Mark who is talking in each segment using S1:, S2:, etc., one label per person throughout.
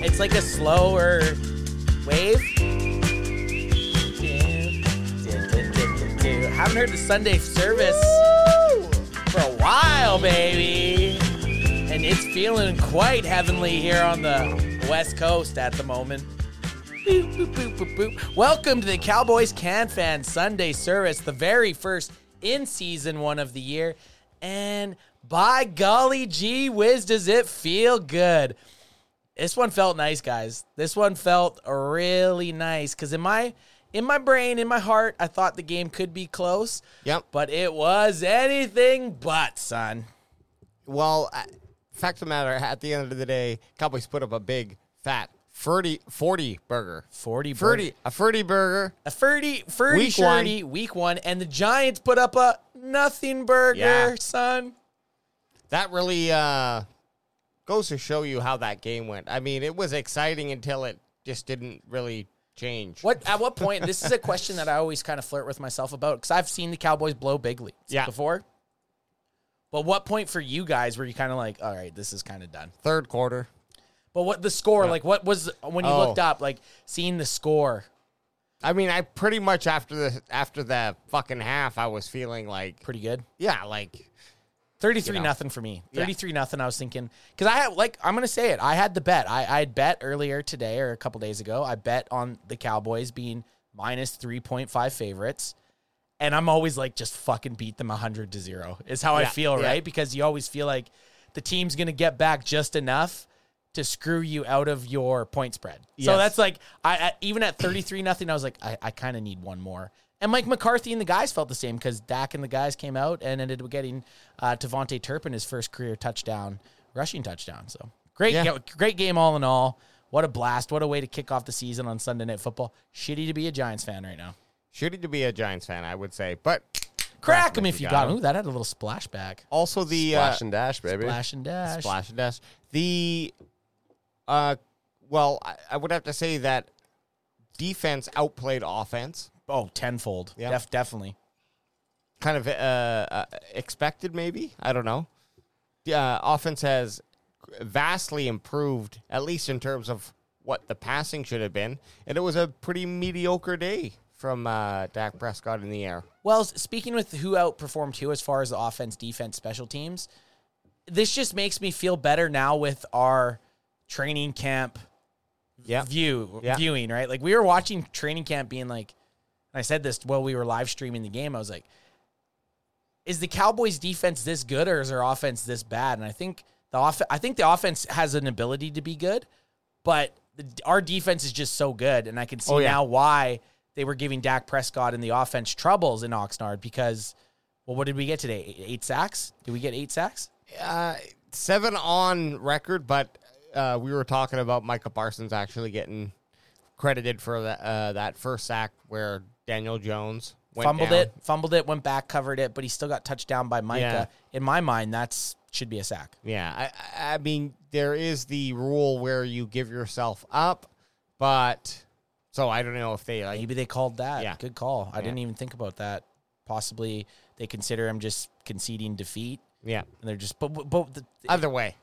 S1: It's like a slower wave. Haven't heard the Sunday service for a while, baby. And it's feeling quite heavenly here on the West Coast at the moment. Boop, boop, boop, boop, boop. Welcome to the Cowboys Can Fan Sunday service, the very first in season one of the year. And by golly gee whiz, does it feel good? This one felt nice, guys. This one felt really nice because in my in my brain, in my heart, I thought the game could be close,
S2: Yep.
S1: but it was anything but, son.
S2: Well, uh, fact of the matter, at the end of the day, Cowboys put up a big, fat 30, 40 burger.
S1: 40 burger.
S2: 40, a 30 burger.
S1: A 30, 30
S2: Week
S1: shirty, week one, and the Giants put up a nothing burger,
S2: Yeah.
S1: son.
S2: That really uh, goes to show you how that game went. I mean, it was exciting until it just didn't really change.
S1: What at what point? this is a question that I always kind of flirt with myself about because I've seen the Cowboys blow big leads
S2: Yeah.
S1: before. But what point for you guys were you kind of like, all right, this is kind of done?
S2: Third quarter.
S1: But what the score? Like, what was when you
S2: Oh.
S1: looked up? Like seeing the score.
S2: I mean, I pretty much after the after the fucking half, I was feeling like,
S1: Pretty good.
S2: yeah, like
S1: 33
S2: You know.
S1: nothing for me.
S2: Yeah.
S1: 33 nothing. I was thinking because I had like I'm gonna say it. I had the bet. I I had bet earlier today or a couple days ago. I bet on the Cowboys being minus 3.5 favorites, and I'm always like just fucking beat them 100 to zero is how I
S2: Yeah,
S1: feel
S2: yeah.
S1: right because you always feel like the team's gonna get back just enough to screw you out of your point spread. So
S2: Yes.
S1: that's like I, I even at 33 nothing I was like I, I kind of need one more. And Mike McCarthy and the guys felt the same because Dak and the guys came out and ended up getting uh, Devontae Turpin his first career touchdown, rushing touchdown. So great,
S2: Yeah.
S1: ga- great game all in all. What a blast! What a way to kick off the season on Sunday Night Football. Shitty to be a Giants fan right now.
S2: shitty to be a Giants fan, I would say. But
S1: Crack him if you got him.
S2: 'em.
S1: Ooh, that had a little splashback.
S2: also the uh,
S3: Flash and dash, baby.
S1: Splash and dash.
S2: Splash and dash. The, uh, well, I, I would have to say that defense outplayed offense.
S1: Oh, tenfold.
S2: Yeah.
S1: Def- definitely.
S2: Kind of uh, uh, expected, maybe. I don't know. Uh, offense has vastly improved, at least in terms of what the passing should have been, and it was a pretty mediocre day from uh, Dak Prescott in the air.
S1: Well, s- speaking with who outperformed who as far as the offense, defense, special teams, this just makes me feel better now with our training camp
S2: Yeah,
S1: view
S2: Yeah.
S1: viewing, right? Like we were watching training camp being like and I said this while we were live streaming the game. I was like, is the Cowboys defense this good or is their offense this bad? And I think the off- I think the offense has an ability to be good, but the, our defense is just so good, and I can see
S2: Oh, yeah.
S1: now why they were giving Dak Prescott and the offense troubles in Oxnard because, well, what did we get today? E-, Eight- Eight sacks? Did we get eight sacks?
S2: uh, seven on record, but uh, we were talking about Micah Parsons actually getting credited for that uh, that first sack where Daniel Jones went
S1: fumbled
S2: down.
S1: it, fumbled it, went back, covered it, but he still got touched down by Micah. In my mind, that's should be a sack.
S2: Yeah, I- I, I mean there is the rule where you give yourself up, but so I don't know if they like
S1: Maybe they called that.
S2: Yeah.
S1: Good call. I didn't even think about that. Possibly they consider him just conceding defeat,
S2: yeah
S1: and they're just but but- but the,
S2: either way.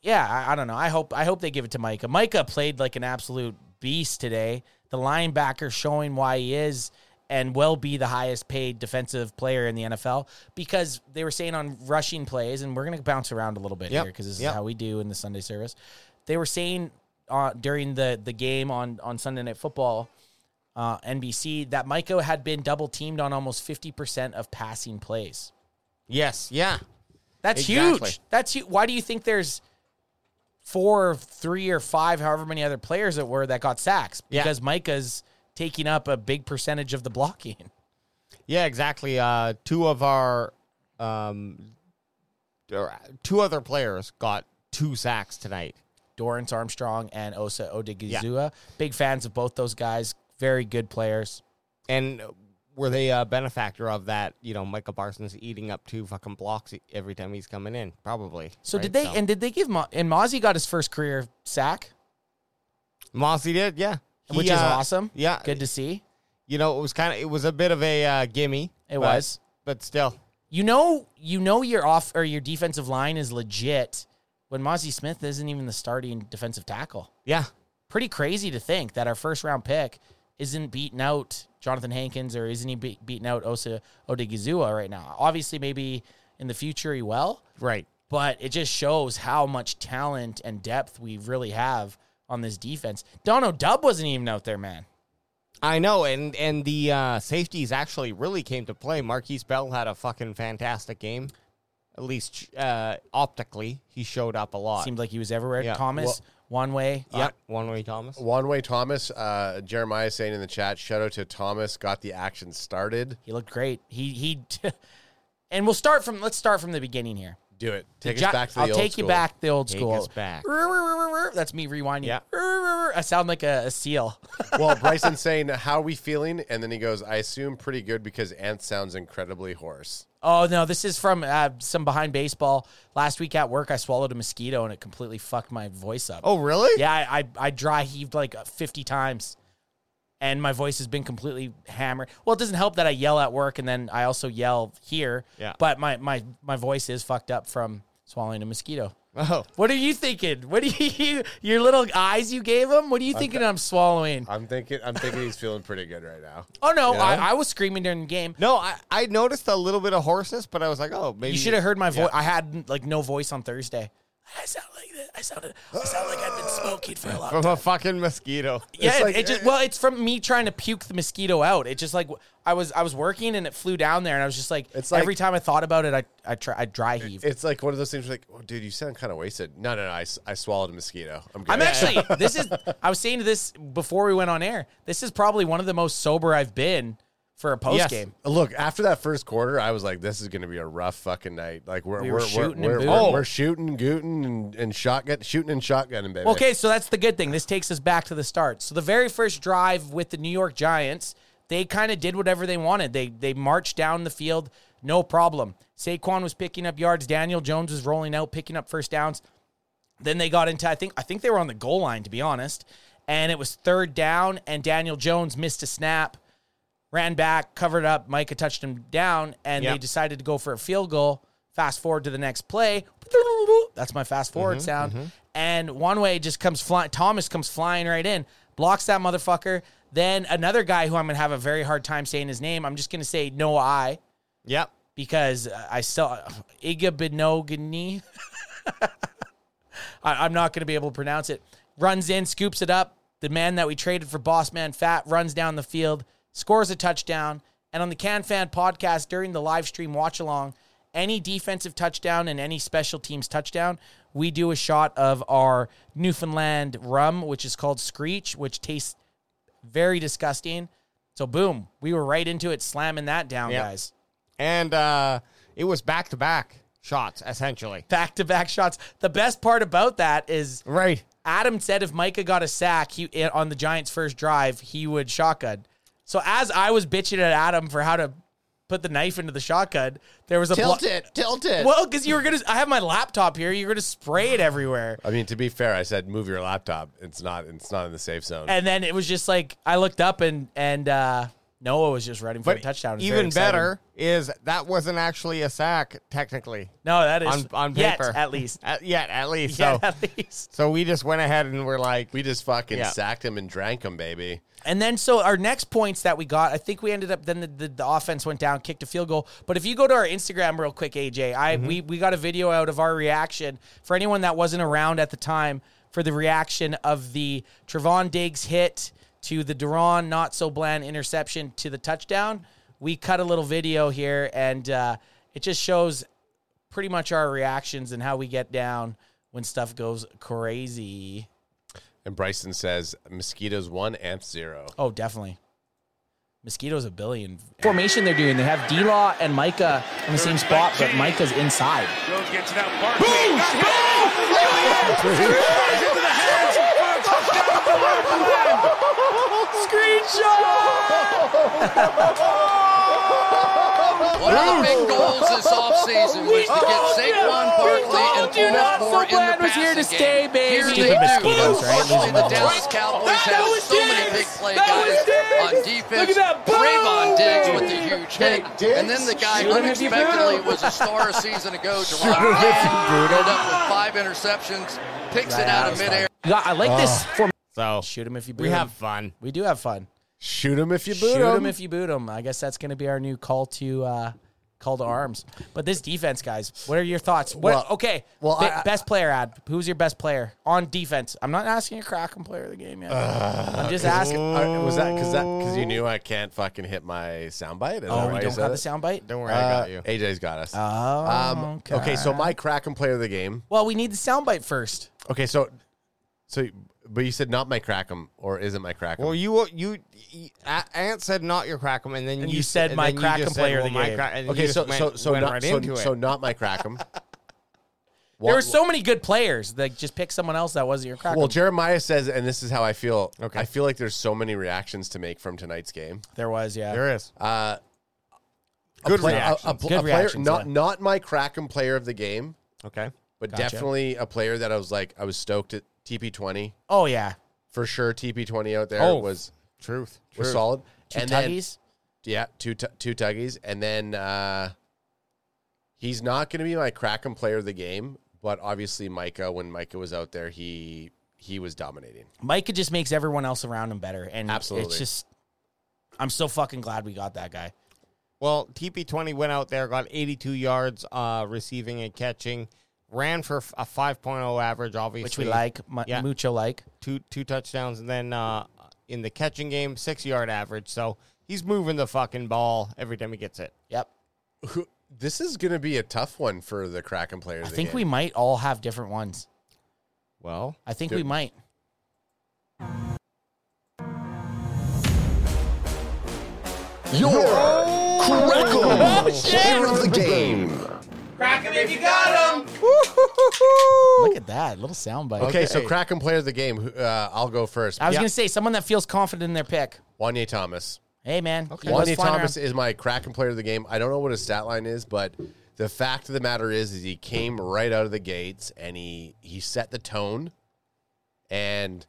S1: yeah, I, I don't know. I hope I hope they give it to Micah. Micah played like an absolute beast today. The linebacker showing why he is and will be the highest paid defensive player in the NFL because they were saying on rushing plays, and we're going to bounce around a little bit
S2: Yep,
S1: here because this
S2: yep.
S1: is how we do in the Sunday service. They were saying uh, during the the game on on Sunday Night Football. Uh, NBC that Micah had been double teamed on almost 50% of passing plays.
S2: Yes, yeah,
S1: That's
S2: Exactly.
S1: huge. That's huge. Why do you think there's four, or three, or five, however many other players that were that got sacks?
S2: Yeah.
S1: Because Micah's taking up a big percentage of the blocking.
S2: yeah, exactly. Uh, two of our um, or, uh, two other players got two sacks tonight.
S1: Dorrance Armstrong and Osa Odigizua. Big fans of both those guys. Very good players.
S2: And were they a benefactor of that? You know, Michael Parsons eating up two fucking blocks e, every time he's coming in, probably.
S1: So
S2: right?
S1: did they? And did they give? Mo- and Mozzie got his first career sack,
S2: Mossy did, yeah,
S1: which
S2: He,
S1: is
S2: uh,
S1: awesome.
S2: Yeah,
S1: Good to see.
S2: You know, it was kind of it was a bit of a uh, gimme.
S1: It
S2: but-
S1: was.
S2: but still,
S1: You know, you know your off or your defensive line is legit when Mozzie Smith isn't even the starting defensive tackle.
S2: Yeah.
S1: Pretty crazy to think that our first round pick isn't beating out Jonathan Hankins or isn't he be- beating out Osa Odigizua right now. Obviously, maybe in the future he will,
S2: Right.
S1: but it just shows how much talent and depth we really have on this defense. Dono Dub wasn't even out there, man.
S2: I know, and and the uh, safeties actually really came to play. Marquise Bell had a fucking fantastic game. At least uh, optically, he showed up a lot.
S1: Seemed like he was everywhere.
S2: Uh, Yeah,
S1: Thomas, one way. Uh,
S2: yeah, one way Thomas.
S3: One way Thomas, uh, Jeremiah saying in the chat, shout out to Thomas, got the action started.
S1: He looked great. He he, and we'll start from let's start from the beginning here.
S3: Do it. Take
S1: Ja-
S3: us back to the
S1: I'll
S3: old
S1: take
S3: school.
S1: you back the old school.
S2: us back.
S1: That's me rewinding.
S2: Yeah.
S1: I sound like a, a seal.
S3: well, Bryson saying, "How are we feeling?" And then he goes, "I assume pretty good because Ant sounds incredibly hoarse."
S1: oh no, this is from uh, some behind baseball. Last week at work, I swallowed a mosquito and it completely fucked my voice up.
S2: Oh, really?
S1: yeah, I, I I dry heaved like fifty times, and my voice has been completely hammered. Well, it doesn't help that I yell at work and then I also yell here.
S2: Yeah.
S1: but my my my voice is fucked up from swallowing a mosquito.
S2: Oh,
S1: What are you thinking? What do you your little eyes you gave him? What are you thinking? I'm swallowing.
S3: I'm thinking, I'm thinking he's feeling pretty good right now.
S1: Oh no,
S3: Yeah.
S1: I, I was screaming during the game.
S2: no, I, I noticed a little bit of hoarseness, but I was like, oh, maybe
S1: You should have heard my voice. I had like no voice on Thursday. I sound like that. I sounded. I sound like I've been smoking for a long
S2: from a fucking mosquito.
S1: Yeah, it-
S3: like-
S1: it just well, it's from me trying to puke the mosquito out. It just like I was I was working and it flew down there, and I was just like,
S3: It's like-
S1: every time I thought about it, I I try I dry heave.
S3: It's like one of those things. Where like, oh, dude, you sound kind of wasted. No, no, no. I, s- I swallowed a mosquito. I'm good.
S1: I'm actually this is I was saying to this before we went on air. This is probably one of the most sober I've been for a post
S2: Yes.
S1: game.
S3: Look, after that first quarter, I was like, "This is going to be a rough fucking night." Like we're
S1: We
S3: are
S1: were
S3: we
S1: shooting and
S3: we're, we're,
S1: booting.
S3: we're shooting, gooting, and, and shotgun shooting and shotgunning, baby.
S1: Okay, so that's the good thing. This takes us back to the start. So the very first drive with the New York Giants, they kind of did whatever they wanted. They they marched down the field, no problem. Saquon was picking up yards. Daniel Jones was rolling out, picking up first downs. Then they got into I think I think they were on the goal line to be honest, and it was third down, and Daniel Jones missed a snap, ran back, covered up. Micah touched him down, and
S2: Yeah.
S1: they decided to go for a field goal. Fast forward to the next play. That's my fast forward sound. And one way just comes flying. Thomas comes flying right in, blocks that motherfucker. Then another guy who I'm gonna have a very hard time saying his name. I'm just gonna say Noah I
S2: Yep.
S1: because uh, I still Iga Benogany. I, I'm not going to be able to pronounce it. Runs in, scoops it up. The man that we traded for Boss Man Fat runs down the field, scores a touchdown. And on the Can Fan podcast during the live stream watch along, any defensive touchdown and any special teams touchdown, we do a shot of our Newfoundland rum, which is called Screech, which tastes very disgusting. So, boom, we were right into it, slamming that down,
S2: Yeah.
S1: guys.
S2: And uh, it was back to back shots, essentially.
S1: back to back shots. The best part about that is
S2: Right.
S1: Adam said if Micah got a sack he eh, on the Giants' first drive, he would shotgun. So as I was bitching at Adam for how to put the knife into the shotgun, there was a blo-
S2: it. Tilt it.
S1: Well, because you were gonna, I have my laptop here. You're gonna spray it everywhere,
S3: I mean, to be fair, I said move your laptop. It's not. It's not in the safe zone.
S1: and then it was just like I looked up and and uh, Noah was just running for a touchdown. It was very
S2: Even
S1: exciting.
S2: better is that wasn't actually a sack, technically,
S1: No, that is
S2: on, on
S1: yet,
S2: paper.
S1: at least.
S2: At, yet, at least.
S1: Yeah,
S2: so,
S1: at least.
S2: so we just went ahead and we're like,
S3: we just fucking
S2: Yeah.
S3: sacked him and drank him, baby.
S1: And then so our next points that we got, I think we ended up then the, the, the offense went down, kicked a field goal. But if you go to our Instagram real quick, AJ, I we, we got a video out of our reaction for anyone that wasn't around at the time for the reaction of the Trevon Diggs hit to the Duran not so bland interception to the touchdown. We cut a little video here and uh, it just shows pretty much our reactions and how we get down when stuff goes crazy.
S3: And Bryson says mosquitoes one, amp zero.
S1: Oh, definitely. Mosquitoes a billion. Formation they're doing. They have D Law and Micah in the same spot, but Micah's inside.
S4: Jones gets it out. Barkley got hit. Flies into the hands for a touchdown at the Newfoundland.
S1: Screenshot!
S4: Oh,
S5: One of the big goals this offseason was to get
S1: told you- we
S5: Saquon Barkley
S1: told
S5: and
S1: you not
S5: Fournette more in the
S1: Sublan was here to
S5: passing
S1: stay,
S5: game.
S1: baby.
S5: Here
S1: Stupid
S5: they do.
S1: mosquitoes, right? Losing
S5: Unfortunately, the
S1: my
S5: Dallas
S1: mind.
S5: Cowboys
S1: That
S5: have
S1: was
S5: so many
S1: Diggs.
S5: big play
S1: That
S5: guys
S1: was Diggs.
S5: on defense.
S1: Look at that ball,
S5: Trayvon Diggs with the
S1: baby.
S5: huge hit.
S2: Diggs.
S5: And then the guy
S1: Shoot him if you
S5: unexpectedly
S1: boot him.
S5: was a star a season ago.
S2: him
S5: Jerron
S2: if you boot him.
S5: ended up with five interceptions, picks it out of midair.
S1: God, I like this
S3: Oh.
S1: form.
S2: So
S1: Shoot him if you boot
S2: we
S1: him.
S2: have fun.
S1: We do have fun.
S3: Shoot him if you boot
S1: Shoot
S3: him.
S1: him if you boot him. I guess that's going to be our new call to uh, call to arms. But this defense, guys, what are your thoughts? What,
S3: Well-
S1: okay,
S3: well,
S1: Be-
S3: I- I-
S1: best player ad. Who's your best player on defense? I'm not asking a Kraken player of the game yet. I'm just asking.
S3: Uh, was that because that because you knew I can't fucking hit my soundbite? Is that
S1: Oh,
S3: why
S1: we
S3: you
S1: don't
S3: said
S1: have the
S3: it?
S1: soundbite.
S2: Don't worry, I
S3: Uh,
S2: got you.
S3: AJ's got us.
S1: Oh,
S3: Um, okay. so my Kraken player of the game.
S1: well, we need the soundbite first.
S3: Okay, so, so, but you said not my Kraken, or is it my Kraken?
S2: Well, you uh, you, you A- Ant said not your Crackum, and then
S1: And
S2: you
S1: you
S2: s-
S1: said
S2: and
S1: my
S2: then you just
S1: Kraken
S2: said,
S1: player of
S2: well,
S1: the
S2: my
S1: game.
S2: Kra- and
S3: okay,
S2: you just
S3: so,
S2: went-
S3: so, so
S2: went
S3: not,
S2: right
S3: so,
S2: into it.
S3: so not my Kraken.
S1: There were so many good players. Like, just pick someone else that wasn't your Kraken.
S3: Well, Jeremiah says, and this is how I feel.
S2: Okay.
S3: I feel like there's so many reactions to make from tonight's game.
S1: there was, yeah.
S2: there is.
S3: Good
S1: reactions.
S3: A, pl-
S1: Good
S3: a player,
S1: reactions,
S3: not
S1: yeah.
S3: not my Kraken player of the game,
S2: okay.
S3: but definitely a player that I was like, I was stoked at TP20
S1: oh yeah,
S3: for sure. TP20 out there
S2: Oh,
S3: was
S2: Truth.
S3: was
S2: Truth.
S3: solid.
S1: two
S3: and then-
S1: tuggies.
S3: yeah, two tu- two tuggies, and then uh, he's not going to be my Kraken player of the game, but obviously Micah, when Micah was out there, he he was dominating.
S1: Micah just makes everyone else around him better, and
S3: Absolutely.
S1: it's just. I'm so fucking glad we got that guy.
S2: Well, TP20 went out there, got 82 yards uh, receiving and catching, ran for f- a 5.0 average, obviously.
S1: which we like, mu-
S2: Yeah.
S1: mucho like.
S2: Two, two touchdowns, and then uh, in the catching game, six yard average. So he's moving the fucking ball every time he gets it.
S1: Yep.
S3: Who- This is going to be a tough one for the Kraken player. Of
S1: I
S3: the
S1: think
S3: game.
S1: we might all have different ones.
S2: Well,
S1: I think
S3: Dude.
S1: we might.
S6: Your Crackle Player of the Game.
S1: Look at that little soundbite.
S3: Okay, so
S2: Okay.
S3: Kraken player of the game. who- Uh, I'll go first.
S1: I was
S3: Yeah.
S1: gonna say someone that feels confident in their pick.
S3: Wanye Thomas.
S1: Hey man, okay.
S3: Wanye Thomas is my Kraken player of the game. I don't know what his stat line is, but the fact of the matter is, is he came right out of the gates and he he set the tone. And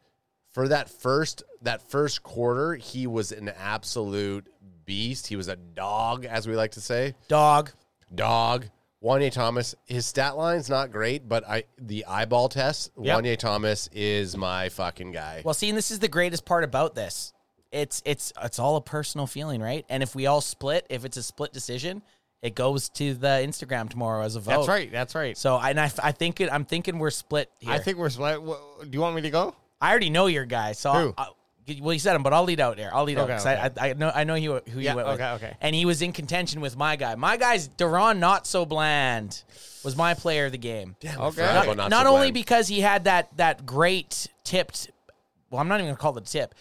S3: for that first that first quarter, he was an absolute beast. He was a dog, as we like to say,
S1: dog.
S3: dog. Wanye Thomas, his stat line's not great, but I the eyeball test.
S2: Yep.
S3: Wanye Thomas is my fucking guy.
S1: Well, see, and this is the greatest part about this. It's it's it's all a personal feeling, right? And if we all split, if it's a split decision, it goes to the Instagram tomorrow as a vote.
S2: that's right. That's right.
S1: Oh. So, and I, I think it, I'm thinking we're split here.
S2: I think we're. split. Wha- Do you want me to go?
S1: I already know your guy, so
S2: Who?
S1: I, well, you said him, but I'll lead out there. I'll lead out
S2: Okay,
S1: because
S2: okay.
S1: I, I, I know I know you who
S2: Yeah,
S1: you went with.
S2: okay, okay.
S1: And he was in contention with my guy. My guy's Duran, not so bland, was my player of the game.
S2: Okay.
S3: Forgot
S1: Not,
S3: about Not
S1: not
S3: So
S1: only
S3: Bland.
S1: because he had that that great tipped. Well, I'm not even gonna call it a tip.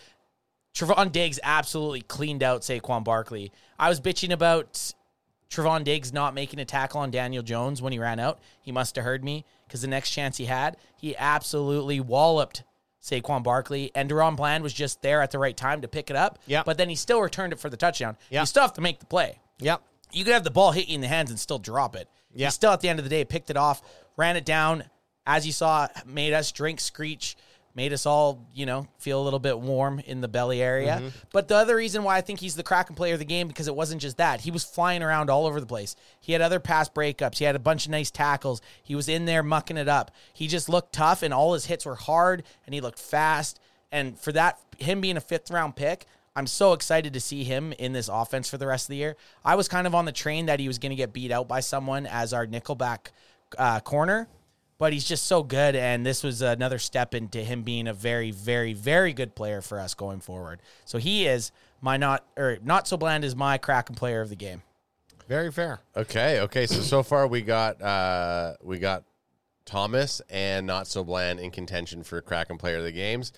S1: Trevon Diggs absolutely cleaned out Saquon Barkley. I was bitching about Trevon Diggs not making a tackle on Daniel Jones when he ran out. He must have heard me because the next chance he had, he absolutely walloped Saquon Barkley. And Deron Bland was just there at the right time to pick it up.
S2: Yeah.
S1: But then he still returned it for the touchdown.
S2: Yeah.
S1: You still have to make the play.
S2: Yep.
S1: You could have the ball hit you in the hands and still drop it.
S2: Yeah.
S1: He still, at the end of the day, picked it off, ran it down. As you saw, made us drink screech, made us all, you know, feel a little bit warm in the belly area. But the other reason why I think he's the Kraken player of the game because it wasn't just that. He was flying around all over the place. He had other pass breakups. He had a bunch of nice tackles. He was in there mucking it up. He just looked tough, and all his hits were hard, and he looked fast. And for that, him being a fifth round pick, I'm so excited to see him in this offense for the rest of the year. I was kind of on the train that he was going to get beat out by someone as our nickelback uh, corner, but he's just so good. And this was another step into him being a very, very, very good player for us going forward. So he is my not or not so bland is my Kraken player of the game.
S2: Very fair.
S3: Okay, okay. So so far we got uh we got Thomas and not so bland in contention for Kraken player of the games.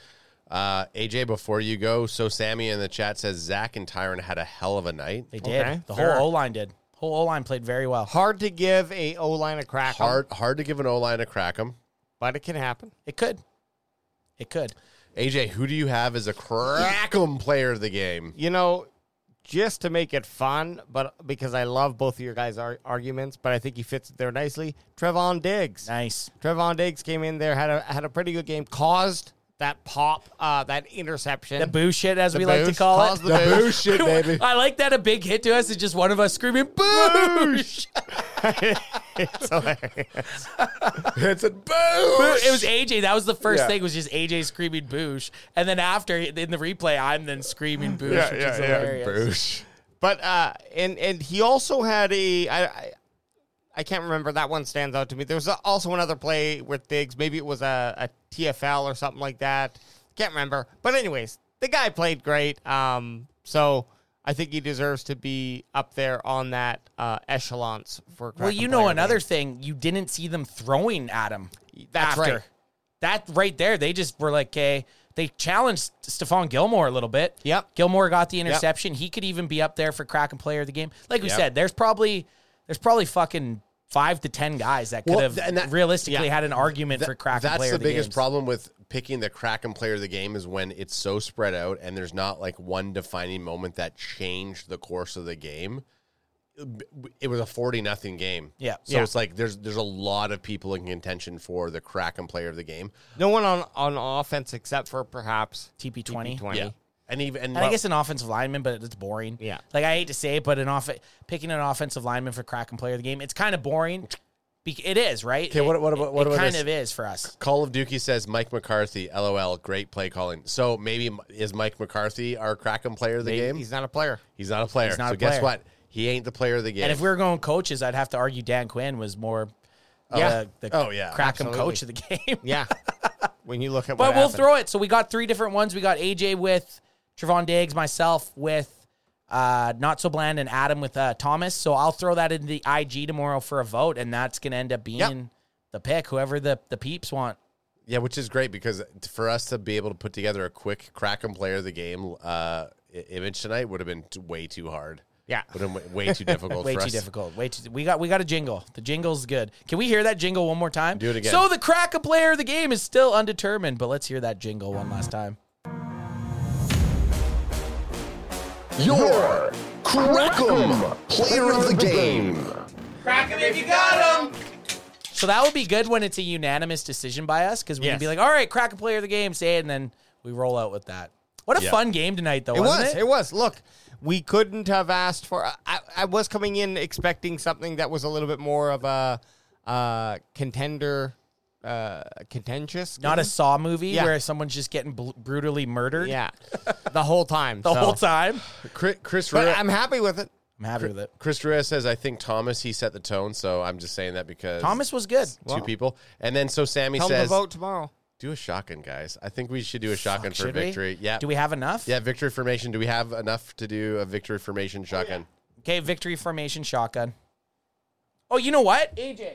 S3: Uh AJ, before you go, so Sammy in the chat says Zach and Tyron had a hell of a night.
S1: They did.
S2: Okay,
S1: the
S2: fair.
S1: whole O line did. Whole O line played very well.
S2: Hard to give a O line a crack,
S3: Hard hard to give an O line a crack 'em.
S2: but it can happen.
S1: It could. It could.
S3: AJ, who do you have as a crack 'em player of the game?
S2: You know, just to make it fun, but because I love both of your guys' ar- arguments, but I think he fits it there nicely. Trevon Diggs.
S1: Nice.
S2: Trevon Diggs came in there, had a had a pretty good game, caused that pop, uh, that interception.
S1: The boo shit, as
S2: The
S1: we like to
S2: boosh.
S1: call
S2: Cause
S1: it.
S2: the boosh.
S3: Bullshit, baby.
S1: I like that a big hit to us is just one of us screaming boosh.
S2: it's hilarious.
S3: It's a boo.
S1: Boo- It was AJ. That was the first
S3: Yeah.
S1: thing. Was just AJ screaming boosh, and then after in the replay, I'm then screaming boosh, which is hilarious.
S3: Boosh.
S2: But uh, and and he also had a I, I I can't remember that one stands out to me. There was also another play with Diggs. Maybe it was a, a TFL or something like that. Can't remember. But anyways, the guy played great. Um, so I think he deserves to be up there on that uh, echelons for.
S1: Well,
S2: Kraken
S1: you know
S2: player
S1: another
S2: of
S1: thing. You didn't see them throwing at him.
S2: the year. That's
S1: after.
S2: right.
S1: That right there, they just were like, okay, they challenged Stephon Gilmore a little bit.
S2: Yep.
S1: Gilmore got the interception. He could even be up there for Kraken player of the game. Like we said, there's probably there's probably fucking five to ten guys that could
S3: Well,
S1: have
S3: th- and that-
S1: realistically
S2: yeah.
S1: had an argument for Kraken
S3: That's
S1: player
S3: the
S1: of the
S3: biggest
S1: games.
S3: problem with picking the Kraken player of the game is when it's so spread out and there's not like one defining moment that changed the course of the game. It was a forty nothing game.
S1: Yeah.
S3: So
S1: Yeah.
S3: it's like there's there's a lot of people in contention for the Kraken player of the game.
S2: No one on on offense except for perhaps
S1: TP twenty.
S2: twenty.
S3: And even and,
S1: And I guess an offensive lineman, but it's boring.
S2: Yeah.
S1: Like I hate to say it, but an off picking an offensive lineman for Kraken player of the game, it's kind of boring. Be- It is right.
S3: Okay, what- what
S1: It-
S3: about- what
S1: it
S3: about
S1: kind
S3: this?
S1: of is for us?
S3: Call of Duty says Mike McCarthy. LOL. Great play calling. So maybe m- is Mike McCarthy our Kraken player of the game?
S2: He's not a player.
S3: He's not a player.
S1: He's not
S3: so
S1: a
S3: guess
S1: player.
S3: what? He ain't the player of the game.
S1: And if we were going coaches, I'd have to argue Dan Quinn was more
S2: Yeah.
S1: the, the
S3: Oh, yeah.
S1: Crackham
S2: Absolutely.
S1: coach of the game.
S2: Yeah. when you look at
S1: but
S2: what
S1: we'll
S2: happened.
S1: throw it. So we got three different ones. We got AJ with Trevon Diggs, myself with uh, Not So Bland, and Adam with uh, Thomas. So I'll throw that into the IG tomorrow for a vote, and that's going to end up being the pick, whoever the, the peeps want.
S3: Yeah, which is great because t- for us to be able to put together a quick Kraken player of the game uh, i- image tonight would have been t- way too hard.
S2: Yeah.
S3: would have been way too difficult.
S1: Way
S3: for
S1: too
S3: us.
S1: difficult. Way too. We got we got a jingle. The jingle's good. Can we hear that jingle one more time?
S3: Do it again.
S1: So the crack a player of the game is still undetermined, but let's hear that jingle one last time.
S6: Your Crackum Player of the Game.
S1: So that would be good when it's a unanimous decision by us because we can
S2: Yes.
S1: be like, all right, crack a player of the game, say it, and then we roll out with that. What a
S3: Yeah.
S1: fun game tonight, though,
S2: It
S1: wasn't
S2: was.
S1: it?
S2: It? was. Look, we couldn't have asked for. I, I was coming in expecting something that was a little bit more of a uh, contender, uh, contentious.
S1: Not a Saw movie
S2: Yeah.
S1: where someone's just getting bl- brutally murdered
S2: Yeah, the whole time.
S1: the
S2: so.
S1: whole time.
S3: Chris Chris
S2: But
S3: Rua,
S2: I'm happy with it.
S1: I'm happy with it.
S3: Chris Rua says I think Thomas he set the tone, so I'm just saying that because
S1: Thomas was good.
S3: two people, and then so Sammy
S2: Tell them to
S3: says
S2: vote tomorrow.
S3: do a shotgun, guys. I think we should do a shotgun for
S1: Should we?
S3: victory. Yeah,
S1: Do we have enough?
S3: Yeah, victory formation. Do we have enough to do a victory formation
S1: Oh,
S3: shotgun?
S1: Okay, victory formation shotgun. Oh, you know what? AJ,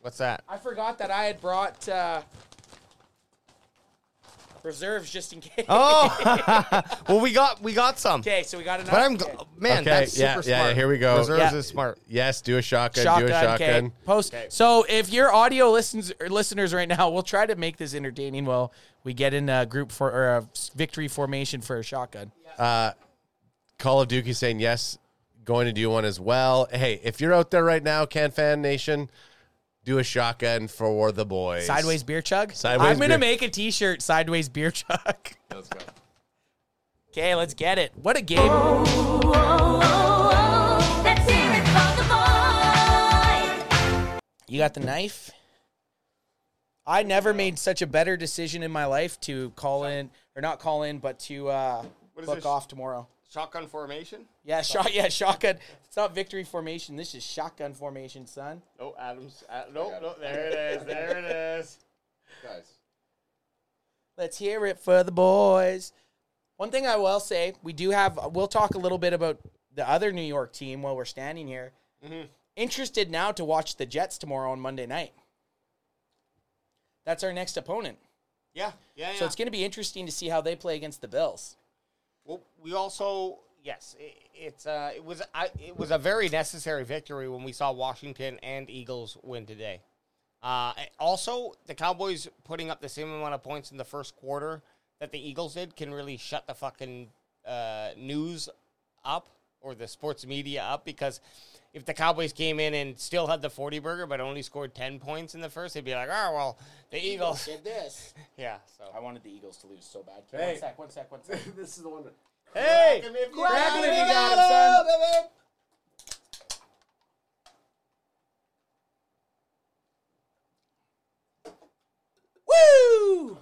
S2: What's that?
S1: I forgot that I had brought uh, reserves just in case.
S2: Oh, well, we got we got some.
S1: Okay, so we got enough.
S2: But I'm
S1: Okay.
S2: gl- man,
S3: Okay,
S2: that's super
S3: yeah,
S2: smart.
S3: yeah, here we go.
S2: Reserves
S1: Yeah.
S2: is smart.
S3: Yes, do a shotgun.
S1: shotgun,
S3: do a shotgun.
S1: Okay. Post. So if your audio listens or listeners right now, we'll try to make this entertaining while we get in a group for or a victory formation for a shotgun.
S3: Call of Duty saying yes, going to do one as well. Hey, if you're out there right now, Can Fan Nation, do a shotgun for the boys.
S1: Sideways beer chug.
S3: Sideways
S1: I'm gonna
S3: beer-
S1: make a T-shirt. Sideways beer chug. Let's go. Okay, let's get it. What a game!
S7: Let's hear it from the boys.
S1: You got the knife. I never made such a better decision in my life to call in or not call in, but to uh,
S2: is
S1: book
S2: this?
S1: off tomorrow.
S2: Shotgun formation.
S1: Yeah, shot. Yeah, shotgun. It's not victory formation. This is shotgun formation, son.
S2: Oh, Adams. no, no, there it is. There it is.
S1: Let's hear it for the boys. One thing I will say, we do have. We'll talk a little bit about the other New York team while we're standing here.
S8: Mm-hmm.
S1: Interested now to watch the Jets tomorrow on Monday night. That's our next opponent,
S2: Yeah, yeah, yeah.
S1: so it's going to be interesting to see how they play against the Bills.
S2: Well, we also yes, i it's uh, it was I, it was a very necessary victory when we saw Washington and Eagles win today. Uh, and also, the Cowboys putting up the same amount of points in the first quarter that the Eagles did can really shut the fucking uh, news up or the sports media up because if the Cowboys came in and still had the 40 burger but only scored 10 points in the first, they'd be like, oh, well, the Eagles.
S9: Did this.
S2: Yeah.
S9: I wanted the Eagles to lose so bad.
S8: Hey.
S9: One sec, one sec, one sec.
S8: this is the one. That,
S2: Hey!
S8: Grab it if you got it, son.
S1: Woo!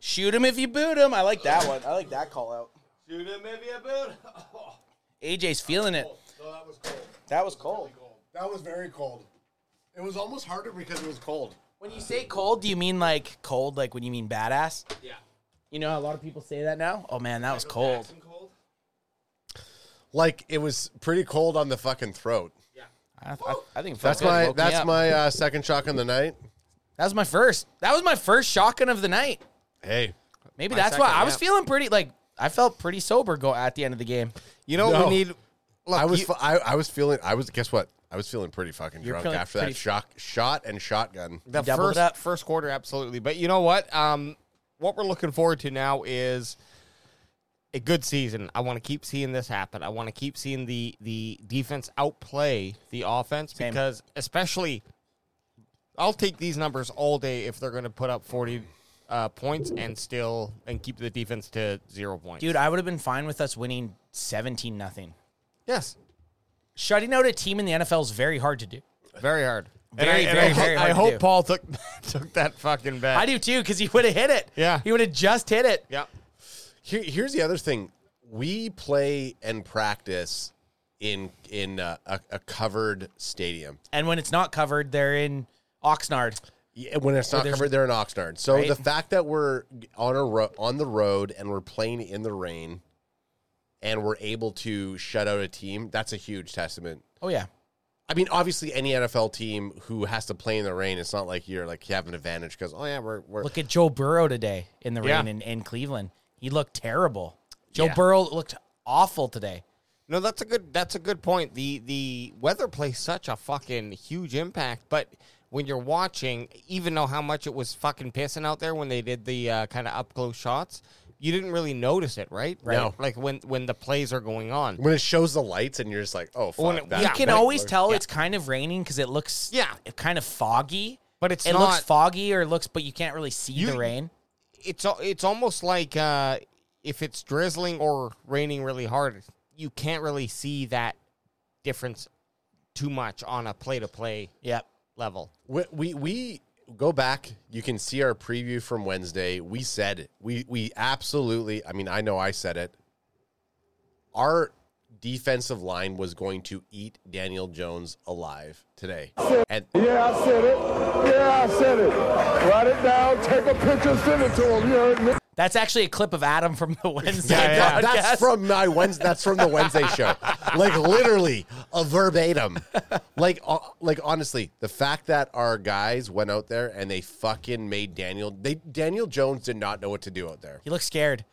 S1: Shoot him if you boot him. I like that one.
S9: I like that call out.
S8: Shoot him if you boot.
S1: AJ's feeling it.
S8: No, that was cold.
S9: That was cold.
S8: That was very cold. It was almost harder because it was cold.
S1: When you say cold, do you mean like cold, like when you mean badass?
S8: Yeah.
S1: You know, how a lot of people say that now. Oh man, that was cold.
S3: Like it was pretty cold on the fucking throat.
S1: I, I, I think it felt
S3: That's
S1: good. It
S3: my
S1: woke me
S3: that's
S1: up.
S3: my uh, second shock of the night.
S1: that was my first. That was my first shotgun of the night.
S3: Hey,
S1: Maybe that's why I was feeling pretty like I felt pretty sober go at the end of the game.
S2: You know what
S3: No.
S2: we need? Look,
S3: I was
S2: you-
S3: fu- I, I was feeling I was guess what I was feeling pretty fucking
S1: You're
S3: drunk
S1: feeling
S3: after
S1: pretty-
S3: that shock shot and shotgun.
S2: the
S1: doubled
S2: first
S1: it up.
S2: first quarter absolutely but you know what um what we're looking forward to now is a good season i want to keep seeing this happen i want to keep seeing the the defense outplay the offense
S1: Same.
S2: because especially i'll take these numbers all day if they're going to put up 40 uh, points and still and keep the defense to zero points
S1: Dude, I would have been fine with us winning 17 nothing.
S2: yes
S1: Shutting out a team in the NFL is very hard to do.
S2: very hard
S1: Very,
S2: and I,
S1: very,
S2: and I,
S1: very
S2: I
S1: hard to
S2: hope
S1: do.
S2: paul took took that fucking bet
S1: I do too cuz he would have hit it.
S2: Yeah.
S1: He would have just hit it.
S2: yeah
S3: Here, here's the other thing: we play and practice in in uh, a, a covered stadium.
S1: And when it's not covered, they're in Oxnard.
S3: Yeah, when it's not
S1: there's-
S3: covered, they're in Oxnard. So
S1: Right.
S3: the fact that we're on a ro- on the road and we're playing in the rain, and we're able to shut out a team, that's a huge testament.
S1: Oh yeah.
S3: I mean, obviously, any NFL team who has to play in the rain, it's not like you're like you have an advantage because oh yeah, we're we're
S1: Look at Joe Burrow today in the
S2: Yeah.
S1: rain in, in Cleveland. He looked terrible. Joe Burrow looked awful today.
S2: No, that's a good that's a good point. The the weather plays such a fucking huge impact, but when you're watching, even though how much it was fucking pissing out there when they did the uh, kind of up close shots, you didn't really notice it, right? Right.
S3: No.
S2: Like when when the plays are going on.
S3: when it shows the lights and you're just like oh fuck,
S2: When it-
S3: that-
S2: we
S1: you can
S3: that-
S1: always tell it's kind of raining because it looks
S2: Yeah.
S1: it kind of foggy.
S2: But it's
S1: it looks
S2: not-
S1: foggy or it looks, but you can't really see the rain.
S2: It's al- it's almost like uh, if it's drizzling or raining really hard, you can't really see that difference too much on a play to play
S1: Yep.
S2: level.
S3: we, we we go back. You can see our preview from Wednesday. We said it. We we absolutely. I mean, I know I said it. Our defensive line was going to eat Daniel Jones alive today, and
S4: Yeah, I said it. Yeah, I said it. Write it down, take a picture, send it to him. You heard me?
S1: That's actually a clip of Adam from the Wednesday
S3: Yeah,
S1: podcast.
S3: that's from my Wednesday. That's from the Wednesday show. Like literally a verbatim. Like, uh, like honestly, the fact that our guys went out there and they fucking made Daniel. They Daniel Jones did not know what to do out there.
S1: he looked scared.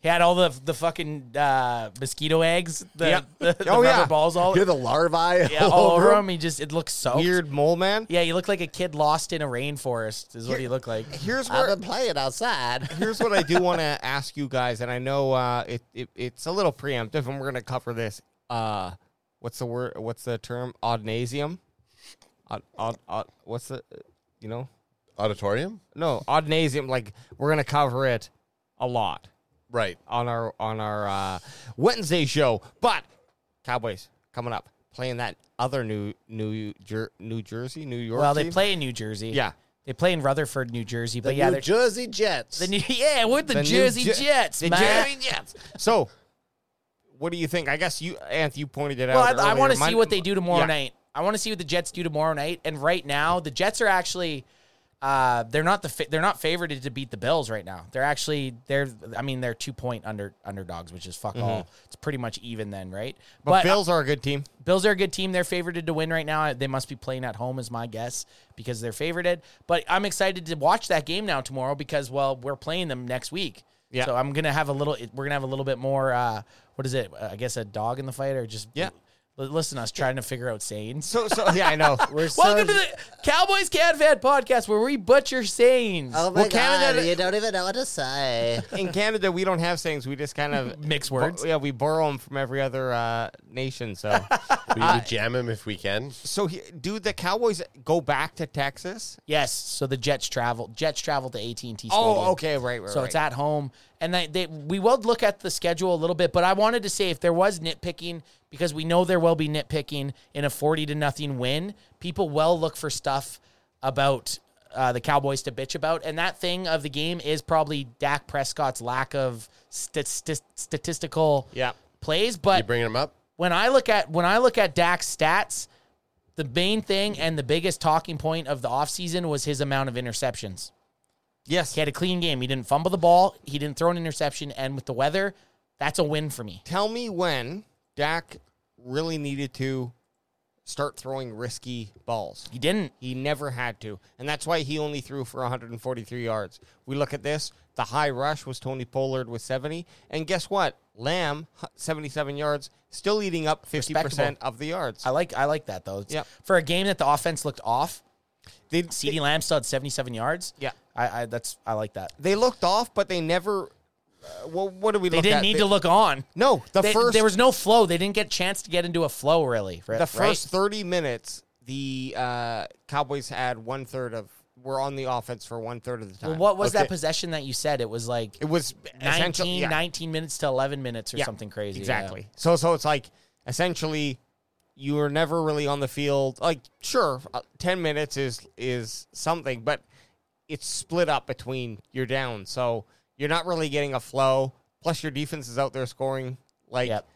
S1: He had all the the fucking uh, mosquito eggs, the, the, the
S2: Oh,
S1: rubber
S2: yeah.
S1: balls all,
S3: You're the larvae
S1: yeah, all over him. He just it looked so
S2: Weird mole man.
S1: Yeah, he looked like a kid lost in a rainforest. Is what he looked like.
S2: Here's where
S3: playing outside.
S2: here's what I do want to ask you guys, and I know uh, it, it it's a little preemptive, and we're gonna cover this. Uh, what's the word? What's the term? Audnasium. Aud, aud, aud, what's the? You know,
S3: Auditorium,
S2: no audnasium. Like we're gonna cover it a lot
S3: right?
S2: on our on our uh, Wednesday show. But Cowboys coming up, playing that other new New Jer- New Jersey, New York.
S1: Well, they
S2: team.
S1: play in New Jersey.
S2: Yeah.
S1: they play in Rutherford, New Jersey. But
S3: The
S1: yeah,
S3: New
S1: they're
S3: Jersey Jets.
S1: the new, yeah, we're the,
S2: The new
S1: Jersey
S2: Je-
S1: Jets,
S2: the
S1: man.
S2: Jersey Jets. So, what do you think? I guess you, Anth, you pointed it
S1: Well,
S2: out.
S1: I, I
S2: earlier.
S1: want to
S2: Mon-
S1: see what they do tomorrow
S2: Yeah.
S1: night. I want to see what the Jets do tomorrow night. And right now, the Jets are actually uh, they're not the fa- they're not favored to beat the Bills right now. They're actually they're I mean they're two point under underdogs, which is fuck all. It's pretty much even then, right?
S2: Mm-hmm. But, Bills are a good team.
S1: Bills are a good team. They're favored to win right now. They must be playing at home, is my guess, because they're favored. But I'm excited to watch that game now tomorrow because well, we're playing them next week.
S2: Yeah.
S1: So I'm gonna have a little. We're gonna have a little bit more. Uh, what is it? Uh, I guess a dog in the fight or just
S2: Yeah.
S1: L- Listen, to us trying to figure out sayings.
S2: So, so yeah, I know.
S10: We're so-
S1: Welcome to the Cowboys Can Fan podcast, where we butcher sayings,
S10: Oh my
S2: Well, Canada-
S10: god, you don't even know what to say.
S2: In Canada, we don't have sayings. We just kind of
S1: mix words.
S2: yeah, we borrow them from every other uh, nation. So,
S3: We, we jam him if we can.
S2: so he, do the Cowboys go back to Texas?
S1: Yes. So the Jets travel. Jets travel to AT and T.
S2: Oh, okay, right, right.
S1: So it's
S2: right.
S1: at home, and they, they we will look at the schedule a little bit. But I wanted to say if there was nitpicking, because we know there will be nitpicking in a forty to nothing win, people will look for stuff about uh, the Cowboys to bitch about, and that thing of the game is probably Dak Prescott's lack of st- st- statistical
S2: Yeah.
S1: plays. But
S3: You bringing him up?
S1: when I look at when I look at Dak's stats, the main thing and the biggest talking point of the offseason was his amount of interceptions.
S2: yes.
S1: He had a clean game. He didn't fumble the ball. He didn't throw an interception. And with the weather, that's a win for me.
S2: Tell me when Dak really needed to start throwing risky balls.
S1: He didn't.
S2: He never had to. And that's why he only threw for 143 yards. We look at this. The high rush was Tony Pollard with 70. And guess what? Lamb, h- 77 yards, still eating up 50%
S1: Respectable.
S2: of the yards.
S1: I like I like that though. It's-
S2: Yep.
S1: For a game that the offense looked off,
S2: They,
S1: CD
S2: they,
S1: Lamb still had 77 yards.
S2: Yeah.
S1: I, I that's I like that.
S2: they looked off, but they never. Uh, well, what do we
S1: They
S2: look
S1: didn't
S2: at?
S1: need
S2: They-
S1: to look on.
S2: No, the
S1: They-
S2: first.
S1: there was no flow. They didn't get a chance to get into a flow really. ri-
S2: the
S1: right?
S2: first 30 minutes, the uh, Cowboys had one third of. Were on the offense for one third of the time.
S1: Well, what was
S3: Okay.
S1: that possession that you said? It was like
S2: It was
S1: 19,
S2: essentially yeah.
S1: 19 minutes to 11 minutes or
S2: Yeah,
S1: something crazy. yeah.
S2: Exactly. So so it's like essentially you were never really on the field. Like sure, uh, 10 minutes is is something, but it's split up between you're down. So you're not really getting a flow. Plus your defense is out there scoring like
S1: Yep.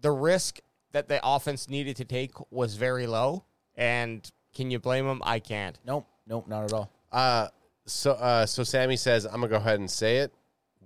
S2: the risk that the offense needed to take was very low and can you blame them? I can't.
S1: Nope. Nope. Not at all.
S3: Uh, so uh, so Sammy says I'm gonna go ahead and say it.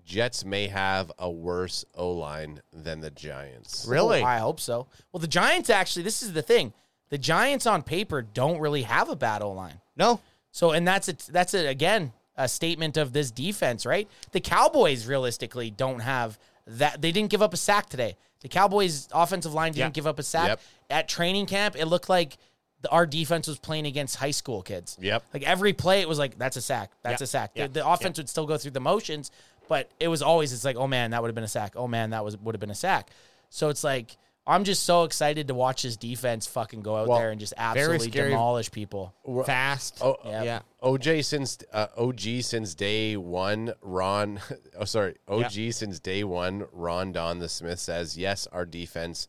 S3: Jets may have a worse O line than the Giants.
S2: Really?
S1: Oh, I hope so. Well, the Giants actually, this is the thing. The Giants on paper don't really have a bad O line.
S2: No.
S1: So, and that's it. That's it again. A statement of this defense, right? The Cowboys realistically don't have that. They didn't give up a sack today. The Cowboys offensive line didn't
S2: Yeah.
S1: give up a sack
S3: Yep.
S1: at training camp. It looked like the, our defense was playing against high school kids.
S3: Yep.
S1: Like every play, it was like that's a sack. That's
S2: Yeah.
S1: a sack. The-
S2: Yeah.
S1: The, offense would still go through the motions, but it was always it's like, oh man, that would have been a sack. Oh man, that was would have been a sack. So it's like I'm just so excited to watch this defense fucking go out
S3: Well,
S1: there and just
S2: very
S1: absolutely
S2: scary.
S1: demolish people.
S2: Fast.
S3: Oh,
S1: Yeah.
S2: yeah.
S3: OJ since uh, OG since day one. Ron, oh sorry, OG since day one. Ron Don the Smith says yes. Our defense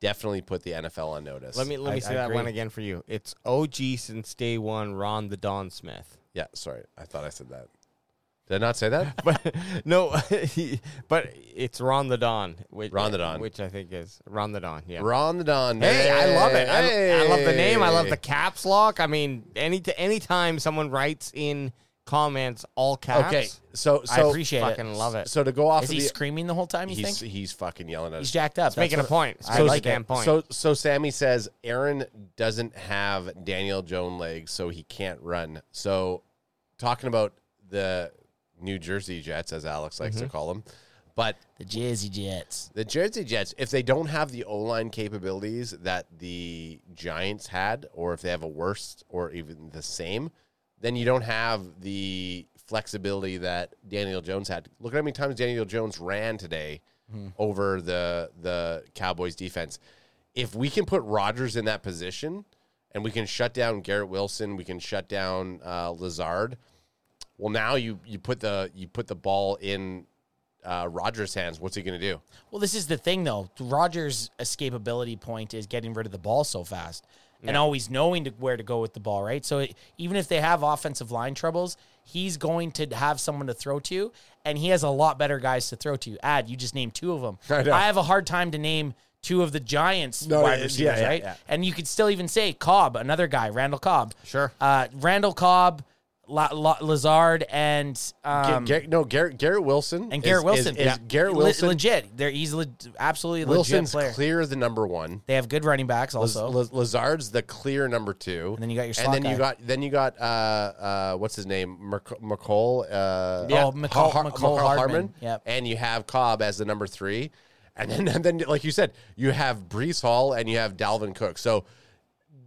S3: definitely put the NFL on notice.
S2: Let me let me
S1: I-
S2: say
S1: I
S2: that
S1: agree.
S2: one again for you. It's OG since day 1 Ron the Don Smith.
S3: Yeah, sorry, I thought I said that. Did I not say that?
S2: but no, he- but it's Ron the Don. Which,
S3: Ron the Don.
S2: which I think is Ron the Don. Yeah.
S3: Ron the Don.
S2: Hey, I love it. I, I love the name. I love
S3: Hey.
S2: the caps lock. I mean, any anytime someone writes in comments all caps,
S3: Okay, so
S2: I
S3: so
S1: appreciate it.
S2: fucking love it.
S3: so to go off
S1: Is
S3: of
S1: he
S3: the,
S1: screaming the whole time? You
S3: he's
S1: think
S3: he's fucking yelling at
S1: he's
S3: us.
S1: jacked up?
S2: It's making a
S1: That's what-
S2: point. It's
S1: I
S2: making a
S1: like it.
S2: damn point.
S3: So so Sammy says Aaron doesn't have Daniel Jones legs, so he can't run. So talking about the New Jersey Jets, as Alex likes
S1: Mm-hmm.
S3: to call them, but
S1: The Jersey Jets.
S3: the Jersey Jets, if they don't have the O line capabilities that the Giants had, or if they have a worse or even the same, then you don't have the flexibility that Daniel Jones had. Look at how many times Daniel Jones ran today over the the Cowboys defense. If we can put Rodgers in that position and we can shut down Garrett Wilson, we can shut down uh, Lazard. Well, now you you put the you put the ball in uh, Rodgers' hands. What's he going to do?
S1: Well, this is the thing though. Rogers' escapability point is getting rid of the ball so fast and always knowing to, where to go with the ball, right? So it, even if they have offensive line troubles, he's going to have someone to throw to, and he has a lot better guys to throw to. Ad, you just named two of them.
S3: I know.
S1: have a hard time to name two of the Giants
S3: No,
S1: wide
S3: yeah,
S1: receivers,
S3: yeah,
S1: right?
S3: yeah.
S1: And you could still even say Cobb, another guy, Randall Cobb.
S2: Sure.
S1: Uh, Randall Cobb, La- La- Lazard, and
S3: Ga-
S1: um,
S3: Gar- no, Garrett, Garrett Wilson
S1: and Garrett
S3: is-
S1: Wilson.
S3: is, is
S1: Yeah.
S3: Garrett
S1: Le-
S3: Wilson.
S1: legit. They're he's le- absolutely
S3: Wilson's
S1: legit player.
S3: clear the number one.
S1: They have good running backs
S3: Laz-
S1: also.
S3: Laz- Lazard's the clear number two.
S1: And then you got your slot
S3: and then you
S1: guy.
S3: got then you got uh uh what's his name Merc- McCall uh
S1: Yeah. Oh, McCall- McCall Oh, Hardman. Yep.
S3: and you have Cobb as the number three. And then, and then, like you said, you have Brees Hall and you have Dalvin Cook. So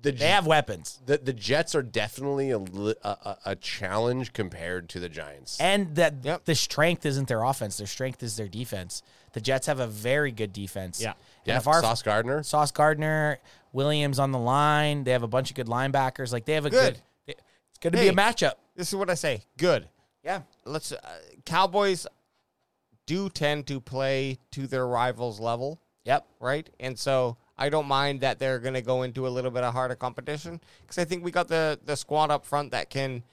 S3: the
S1: They have weapons.
S3: the, the Jets are definitely a, li- a, a- a challenge compared to the Giants.
S1: And that
S2: Yep.
S1: the strength isn't their offense. Their strength is their defense. The Jets have a very good defense.
S2: Yeah.
S1: And
S3: yeah,
S1: if our
S3: Sauce Gardner.
S1: Sauce Gardner, Williams on the line, they have a bunch of good linebackers. Like they have a
S2: Good.
S1: good. it's going to be
S2: Hey.
S1: a matchup.
S2: This is what I say. Good.
S1: Yeah.
S2: Let's uh, Cowboys do tend to play to their rivals' level,
S1: Yep.
S2: right? And so I don't mind that they're going to go into a little bit of harder competition because I think we got the the squad up front that can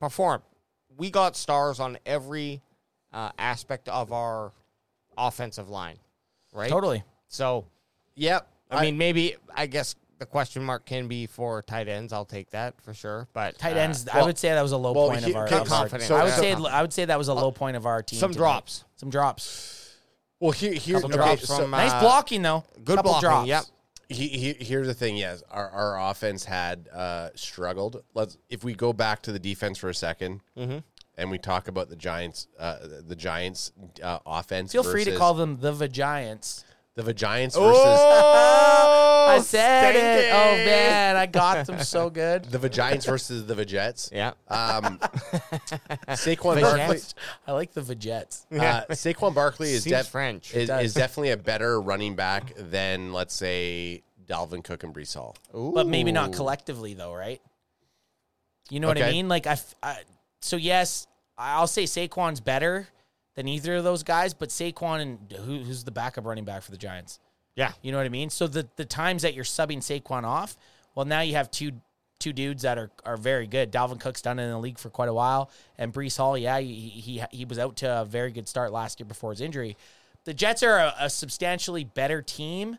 S2: perform. We got stars on every uh, aspect of our offensive line, right?
S1: Totally.
S2: So
S3: Yep.
S2: I, mean, maybe I guess the question mark can be for tight ends. I'll take that for sure. But
S1: Tight
S2: uh,
S1: ends. I
S3: well-
S1: would say that was a low
S3: well,
S1: point
S3: he-
S1: of our.
S3: kick
S1: of our-
S2: confident.
S1: I would
S2: Yeah.
S1: say I would say that was a low point of our team.
S2: Some
S1: tonight.
S2: drops.
S1: Some drops.
S3: Well, here, here,
S2: Couple
S3: okay,
S2: drops
S3: so-
S2: from, uh,
S1: Nice blocking though.
S2: good
S1: Couple
S2: blocking.
S1: Drops.
S2: Yep.
S3: he, he, here's the thing. Yes, our, our offense had uh, struggled. Let's if we go back to the defense for a 2nd
S2: Mm-hmm.
S3: and we talk about the Giants, uh, the Giants uh, offense.
S1: Feel free to
S3: versus
S1: call them the Vagiants.
S3: the Giants versus
S2: Oh,
S1: I said it. Oh
S2: stinky.
S1: man, I got them so good.
S3: the Giants versus the Jets.
S2: Yeah.
S3: Um, Saquon Barkley.
S1: Vagettes. I like the Vegets.
S3: Uh, Saquon Barkley is,
S2: Seems
S3: def-
S2: French.
S3: is,
S1: does.
S3: is definitely a better running back than let's say Dalvin Cook and Brees Hall.
S1: but maybe not collectively though, right? You know what I
S3: Okay.
S1: mean? Like I, f- I- so yes, I- I'll say Saquon's better than either of those guys, but Saquon and who, who's the backup running back for the Giants?
S2: Yeah.
S1: You know what I mean? So the the times that you're subbing Saquon off, well now you have two two dudes that are are very good. Dalvin Cook's done it in the league for quite a while, and Brees Hall, yeah, he he, he was out to a very good start last year before his injury. The Jets are a, a substantially better team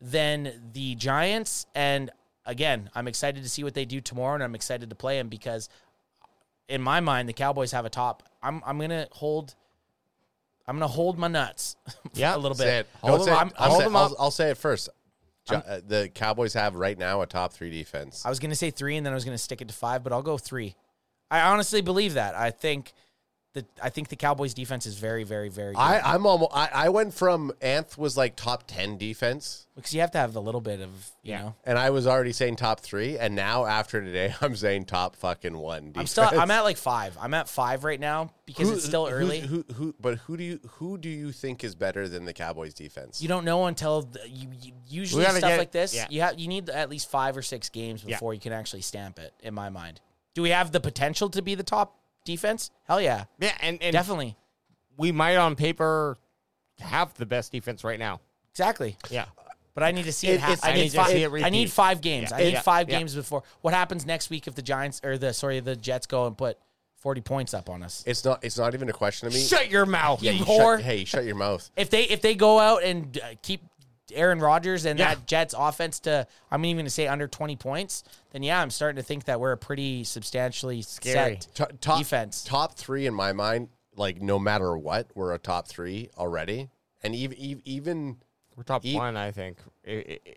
S1: than the Giants, and again, I'm excited to see what they do tomorrow, and I'm excited to play them because, in my mind, the Cowboys have a top. I'm I'm gonna hold. I'm gonna hold my nuts.
S2: Yeah,
S1: a little bit.
S3: Say it. No,
S1: Hold
S3: say
S1: them-
S3: it.
S1: I'm-
S3: I'll
S1: hold
S3: say-
S1: them up.
S3: I'll- I'll say it first. Gi- uh, the Cowboys have right now a top three defense.
S1: I was going to say three, and then I was going to stick it to five, but I'll go three. I honestly believe that. I think that I think the Cowboys' defense is very, very, very good
S3: I, I'm almost. I, I went from Anth was like top ten defense,
S1: because you have to have the little bit of you know.
S3: and I was already saying top three, and now after today, I'm saying top fucking one. Defense.
S1: I'm still. I'm at like five. I'm at five right now because it's still early.
S3: Who, who? But who do you? Who do you think is better than the Cowboys defense?
S1: you don't know until the, you, you usually
S2: gotta
S1: stuff
S2: get-
S1: like this.
S2: yeah.
S1: You have you need at least five or six games before you can actually stamp it. In my mind, do we have the potential to be the top defense? Hell yeah,
S2: Yeah, and, and
S1: definitely,
S2: we might on paper have the best defense right now.
S1: exactly.
S2: Yeah.
S1: But I need to see
S3: It-
S1: it. Ha-
S3: it's-
S1: I,
S3: I
S1: need
S3: need to
S1: five,
S2: see it
S1: I need
S2: repeat.
S1: five games. I
S2: Yeah.
S1: need
S2: Yeah.
S1: five
S2: Yeah.
S1: games before. What happens next week if the Giants or the sorry the Jets go and put forty points up on us?
S3: It's not. It's not even a question to me.
S2: Shut your mouth.
S1: Yeah,
S3: Hey,
S1: you-
S3: shut-
S1: whore.
S3: hey, shut your mouth.
S1: If they if they go out and uh, keep Aaron Rodgers and
S2: Yeah.
S1: that Jets offense to I'm even going to say under twenty points, then yeah, I'm starting to think that we're a pretty substantially
S2: Scary.
S1: set
S3: T- top
S1: defense.
S3: Top three in my mind. Like no matter what, we're a top three already, and even even
S2: We're top
S3: Eat-
S2: one, I think. I- I- I-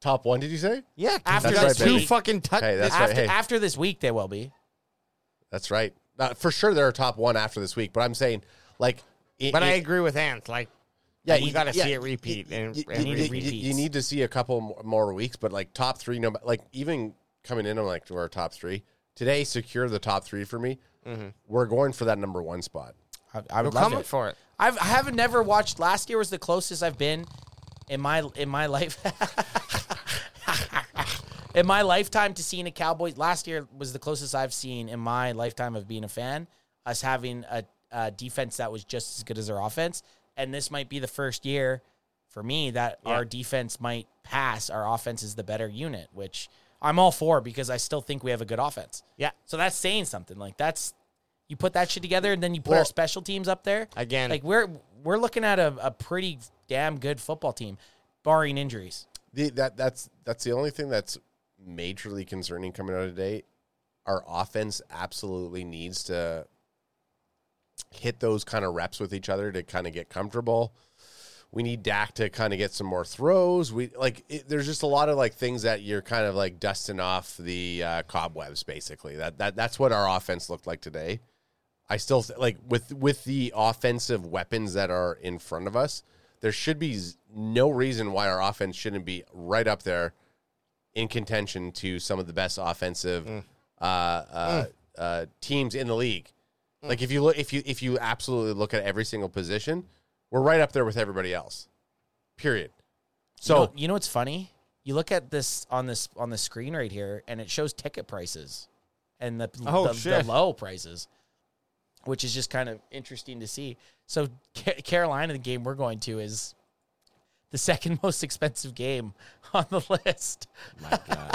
S3: top one. Did you say?
S2: Yeah,
S1: After
S2: after
S3: That's
S2: two
S3: right, baby.
S2: fucking touch.
S3: Hey, that's
S1: after
S3: right. Hey,
S1: after this week they will be.
S3: that's right. Uh, for sure, they're a top one after this week. But I'm saying, like, it-
S2: but I
S3: it-
S2: agree with Ant. Like,
S3: Yeah,
S2: we
S3: you-
S2: got to
S3: yeah,
S2: see it repeat. and,
S3: you,
S2: and
S3: you-
S2: re-
S3: you- you- you need to see a couple mo- more weeks, but like top three, no, ma- like even coming in, I'm like to our top three today. Secure the top three for me.
S2: Mm-hmm.
S3: We're going for that number one spot.
S1: I, I would
S2: we're
S1: love
S2: coming
S1: it.
S2: for it.
S1: I've I haven't never watched. Last year was the closest I've been in my in my life. in my lifetime to seeing a Cowboys. Last year was the closest I've seen in my lifetime of being a fan. Us having a, a defense that was just as good as our offense, and this might be the first year for me that our defense might pass. Our offense is the better unit, which I'm all for because I still think we have a good offense.
S2: Yeah.
S1: So that's saying something. Like that's you put that shit together, and then you put our
S3: Well-
S1: special teams up there
S2: Again.
S1: Like we're we're looking at a, a pretty damn good football team, barring injuries.
S3: The, that that's that's the only thing that's majorly concerning coming out of today. Our offense absolutely needs to hit those kind of reps with each other to kind of get comfortable. We need Dak to kind of get some more throws. We like it, there's just a lot of like things that you're kind of like dusting off the uh, cobwebs basically. That that that's what our offense looked like today. I still th- like with with the offensive weapons that are in front of us. There should be z- no reason why our offense shouldn't be right up there in contention to some of the best offensive uh, uh, uh, teams in the league. Like if you look, if you if you absolutely look at every single position, we're right up there with everybody else. Period. So
S1: So you know what's funny? You look at this on this on the screen right here, and it shows ticket prices and the
S2: Oh,
S1: the, the
S2: shit.
S1: low prices, which is just kind of interesting to see. So Ca- Carolina, the game we're going to, is the second most expensive game on the list.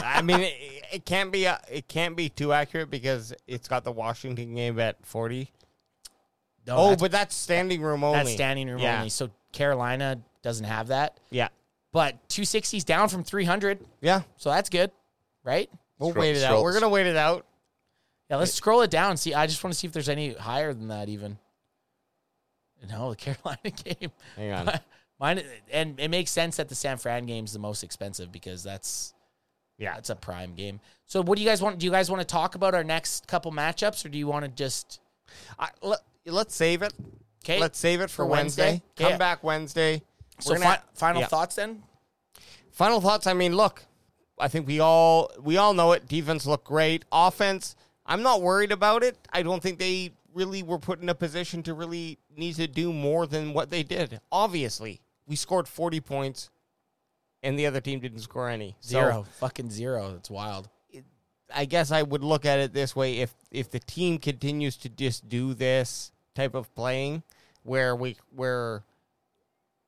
S2: I mean, it, it can't be uh, it can't be too accurate because it's got the Washington game at forty.
S1: No,
S2: Oh,
S1: that's,
S2: but that's standing room only.
S1: that's standing room
S2: yeah.
S1: only. So Carolina doesn't have that,
S2: Yeah,
S1: but 260 is down from 300,
S2: yeah.
S1: so that's good, right?
S2: We'll
S3: Scroll-
S2: wait it out.
S3: scroll-
S2: We're gonna wait it out.
S1: Yeah, let's scroll it down. See, I just want to see if there's any higher than that even. No, the Carolina game.
S2: Hang on.
S1: Mine and it makes sense that the San Fran game's the most expensive because that's
S2: Yeah.
S1: that's a prime game. So what do you guys want? Do you guys want to talk about our next couple matchups or do you want to just
S2: I, let, let's save it.
S1: 'Kay.
S2: Let's save it for,
S1: For Wednesday?
S2: Wednesday.
S1: Yeah.
S2: Come back Wednesday.
S1: so
S2: We're gonna-
S1: fi- final
S2: yeah.
S1: thoughts then?
S2: Final thoughts. I mean, look, I think we all we all know it. Defense looked great. Offense, I'm not worried about it. I don't think they really were put in a position to really need to do more than what they did. Obviously, we scored 40 points, and the other team didn't score any. So
S1: Zero. Fucking zero. That's wild.
S2: I guess I would look at it this way: if if the team continues to just do this type of playing, where we we're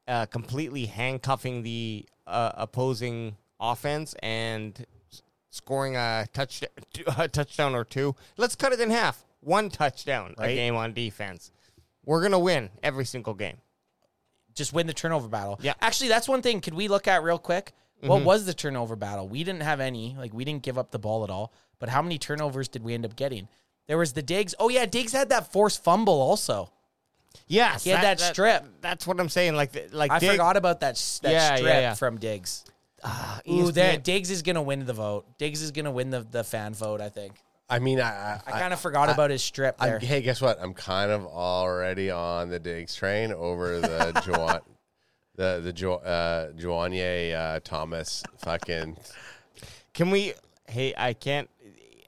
S2: uh, completely handcuffing the uh, opposing offense and s- scoring a touchdown, a touchdown or two, let's cut it in half. One touchdown
S1: Right.
S2: a game on defense. We're gonna win every single game.
S1: Just win the turnover battle.
S2: Yeah. Mm-hmm.
S1: Actually, that's one thing. Could we look at real quick? What was the turnover battle? We didn't have any. Like we didn't give up the ball at all. But how many turnovers did we end up getting? There was the Diggs. Oh yeah, Diggs had that forced fumble also.
S2: Yes,
S1: He had that strip.
S2: That's what I'm saying. Like, th- like
S1: I
S2: Dig-
S1: forgot about that, s- that
S2: Yeah, yeah,
S1: strip
S2: yeah.
S1: from Diggs. Ooh,
S2: ESPN
S1: that Diggs is gonna win the vote. Diggs is gonna win the, the fan vote. I think.
S3: I mean, I
S1: I kind of forgot about his strip
S3: I,
S1: there.
S3: hey, guess what? I'm kind of already on the Diggs train over the Juan, the the jo, uh, Juanye uh, Thomas fucking.
S2: Can we? Hey, I can't.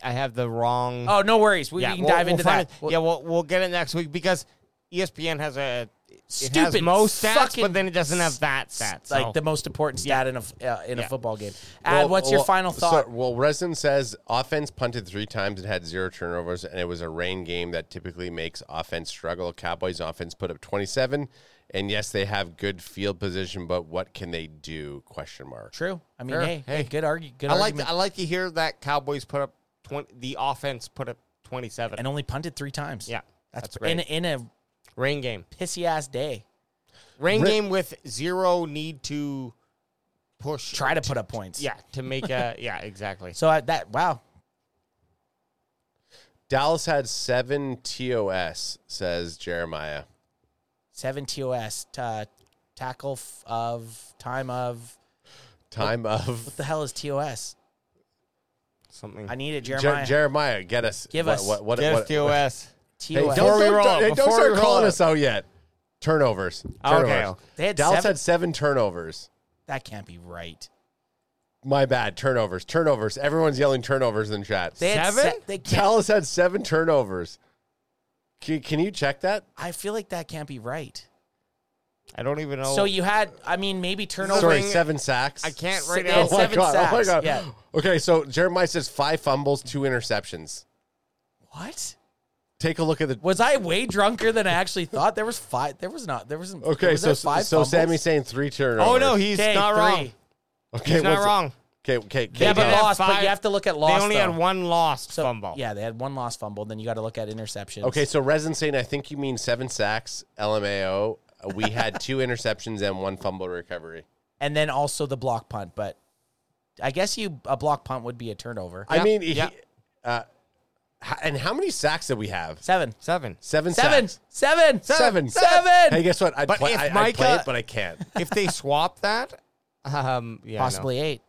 S2: I have the wrong.
S1: oh no worries. We, we can dive into
S2: find
S1: that.
S2: it. yeah, we'll we'll get it next week because E ESPN has a it has
S1: Stupid
S2: most stats,
S1: fucking
S2: but then it doesn't have that stat.
S1: like
S2: so-
S1: the most important stat in a f- uh, in a
S2: Yeah.
S1: football game. Ad, what's your final
S3: so-
S1: thought?
S3: well, Resin says offense punted three times and had zero turnovers, and it was a rain game that typically makes offense struggle. Cowboys offense put up 27, and yes, they have good field position, but what can they do? Question mark.
S1: True. I mean,
S2: Sure.
S1: hey, hey,
S2: Hey.
S1: good argue. Good
S2: I like
S1: argument.
S2: I like to hear that Cowboys put up twenty. The offense put up twenty seven.
S1: and only punted three times.
S2: yeah,
S1: that's,
S2: that's,
S1: right.
S2: great.
S1: in in a
S2: rain game,
S1: pissy ass day.
S2: rain game with zero need to push.
S1: Try to put up points.
S2: yeah to make a yeah exactly.
S1: So I, that wow,
S3: Dallas had seven TOS, says Jeremiah.
S1: seven TOS uh, tackle f- of time of
S3: Time of
S1: what the hell is TOS?
S2: Something.
S1: I need it,
S3: Jer-
S1: Jeremiah.
S3: Jeremiah. get us.
S1: Give
S3: what,
S1: us-
S3: What, what,
S2: Get
S3: what,
S2: us TOS.
S3: Hey,
S1: TOS.
S2: Before
S3: don't,
S2: we
S3: start,
S2: roll
S3: don't,
S2: up,
S3: hey, don't
S2: before
S3: start
S2: we roll
S3: calling
S2: up.
S3: us out yet. Turnovers. turnovers.
S1: They had
S3: Dallas
S1: seven-
S3: had seven turnovers.
S1: that can't be right.
S3: My bad. Turnovers. Turnovers. Everyone's yelling turnovers in chat.
S1: They had
S2: Seven?
S1: se- they can't,
S3: Dallas had seven turnovers. Can, can you check that?
S1: I feel like that can't be right.
S2: I don't even know.
S1: So you had, I mean, maybe turnover.
S3: Sorry,
S2: thing-
S3: seven sacks.
S2: I can't
S1: So
S2: right
S1: they
S2: now.
S1: had seven
S3: Oh my
S1: sacks,
S3: god.
S1: yeah.
S3: Okay, so Jeremiah says five fumbles, two interceptions.
S1: What?
S3: Take a look at the
S1: Was I way drunker than I actually thought? There was five. There was not. There wasn't.
S3: Okay,
S1: was
S3: so
S1: there five
S3: so
S1: fumbles?
S3: Sammy's saying three turnovers.
S2: Oh no, he's
S1: Okay,
S2: not wrong.
S1: three.
S3: Okay,
S2: He's not
S3: what's-
S2: wrong.
S3: Okay, okay, okay.
S1: Yeah, but
S2: had
S1: lost. But
S2: five-
S1: you have to look at
S2: They
S1: loss.
S2: only
S1: though.
S2: had one lost
S1: So,
S2: fumble.
S1: Yeah, they had one lost fumble. Then you got to look at interceptions.
S3: Okay, so Resin saying I think you mean seven sacks, LMAO. Uh, We had two interceptions and one fumble recovery.
S1: and then also the block punt. But I guess you a block punt would be a turnover.
S3: I
S2: Yeah,
S3: mean, he-
S2: yeah.
S3: uh, h- and how many sacks did we have?
S1: Seven.
S2: Seven.
S3: Seven.
S1: Seven.
S3: Sacks.
S1: Seven.
S3: Seven.
S1: Seven.
S3: Hey, guess what? I'd
S2: But
S3: play,
S2: if
S3: I, I'd
S2: Micah-
S3: play it, but I can't.
S2: if they swap that, um, yeah, no.
S1: Possibly eight.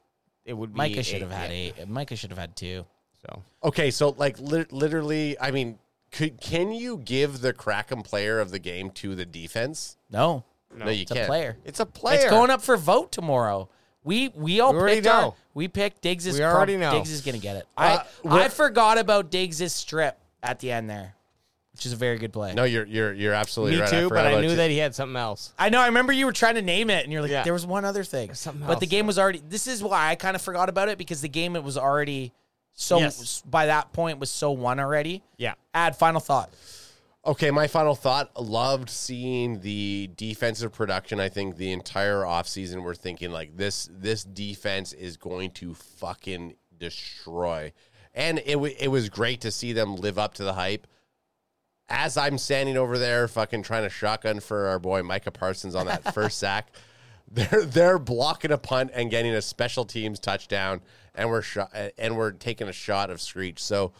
S2: it would be.
S1: Micah should have
S2: eight,
S1: had
S2: yeah.
S1: eight. Micah should have had two.
S2: So
S3: Okay, so like lit literally, I mean, could, can you give the Kraken player of the game to the defense?
S1: No.
S3: No, you
S1: It's a
S3: can't.
S1: player.
S2: It's a player.
S1: It's going up for vote tomorrow. We we all
S2: We already
S1: picked our-
S2: know.
S1: we picked Diggs is
S2: We already know.
S1: Diggs is gonna get it. I
S3: Uh,
S1: I
S3: we're-
S1: forgot about Diggs' strip at the end there, which is a very good play.
S3: No, you're you're you're absolutely
S2: Me
S3: right.
S2: too,
S3: forgot
S2: but I
S3: about
S2: knew
S3: you.
S2: that he had something else.
S1: I know. I remember you were trying to name it, and you're like,
S2: Yeah.
S1: there was one other thing,
S2: something
S1: but the
S2: else,
S1: game was already. This is why I kind of forgot about it because the game it was already so
S2: Yes.
S1: by that point was so one already.
S2: Yeah.
S1: Add final thought.
S3: Okay, my final thought. Loved seeing the defensive production. I think the entire offseason we're thinking like this this defense is going to fucking destroy. And it wa it was great to see them live up to the hype. As I'm standing over there fucking trying to shotgun for our boy Micah Parsons on that first sack, they're they're blocking a punt and getting a special teams touchdown and we're shot and we're taking a shot of Screech. So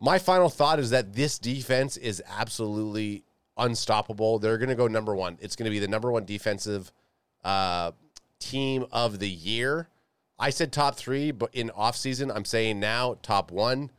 S3: my final thought is that this defense is absolutely unstoppable. They're going to go number one. It's going to be the number one defensive uh, team of the year. I said top three, but in offseason, I'm saying now top one.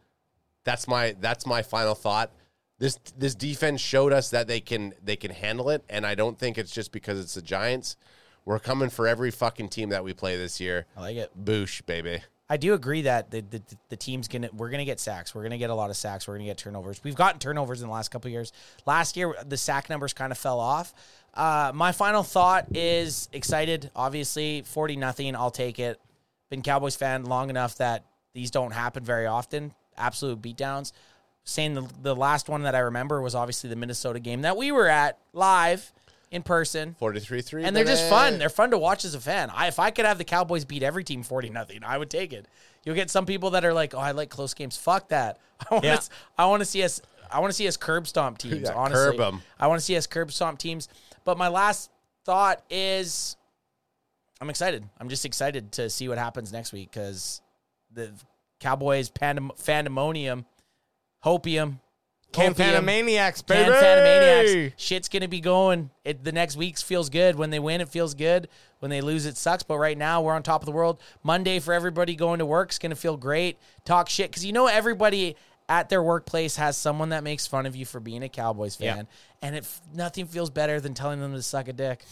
S3: That's my that's my final thought. This this defense showed us that they can they can handle it, and I don't think it's just because it's the Giants. We're coming for every fucking team that we play this year.
S1: I like it.
S3: Boosh, baby.
S1: I do agree that the, the the team's gonna we're gonna get sacks. We're gonna get a lot of sacks. We're gonna get turnovers. We've gotten turnovers in the last couple of years. Last year the sack numbers kind of fell off. Uh, my final thought is excited. Obviously, forty nothing. I'll take it. Been Cowboys fan long enough that these don't happen very often. Absolute beatdowns. Saying the the last one that I remember was obviously the Minnesota game that we were at live in person.
S3: 43 3.
S1: And they're just fun. They're fun to watch as a fan. I, if I could have the Cowboys beat every team 40 nothing, I would take it. You'll get some people that are like, "Oh, I like close games. Fuck that. I want to
S2: Yeah.
S1: I want to see us I want to see us curb stomp teams,
S3: Yeah,
S1: honestly.
S3: curb 'em.
S1: I want to see us curb stomp teams. But my last thought is I'm excited. I'm just excited to see what happens next week cuz the Cowboys pandem- pandemonium, hopium,
S2: Can
S1: hopium.
S2: Panamaniacs,
S1: Can
S2: baby.
S1: Phantomaniacs. Shit's gonna be going. It, the next week's feels good. When they win, it feels good. When they lose, it sucks. But right now, we're on top of the world. Monday for everybody going to work is gonna feel great. Talk shit because you know everybody at their workplace has someone that makes fun of you for being a Cowboys fan, and it f- nothing feels better than telling them to suck a dick.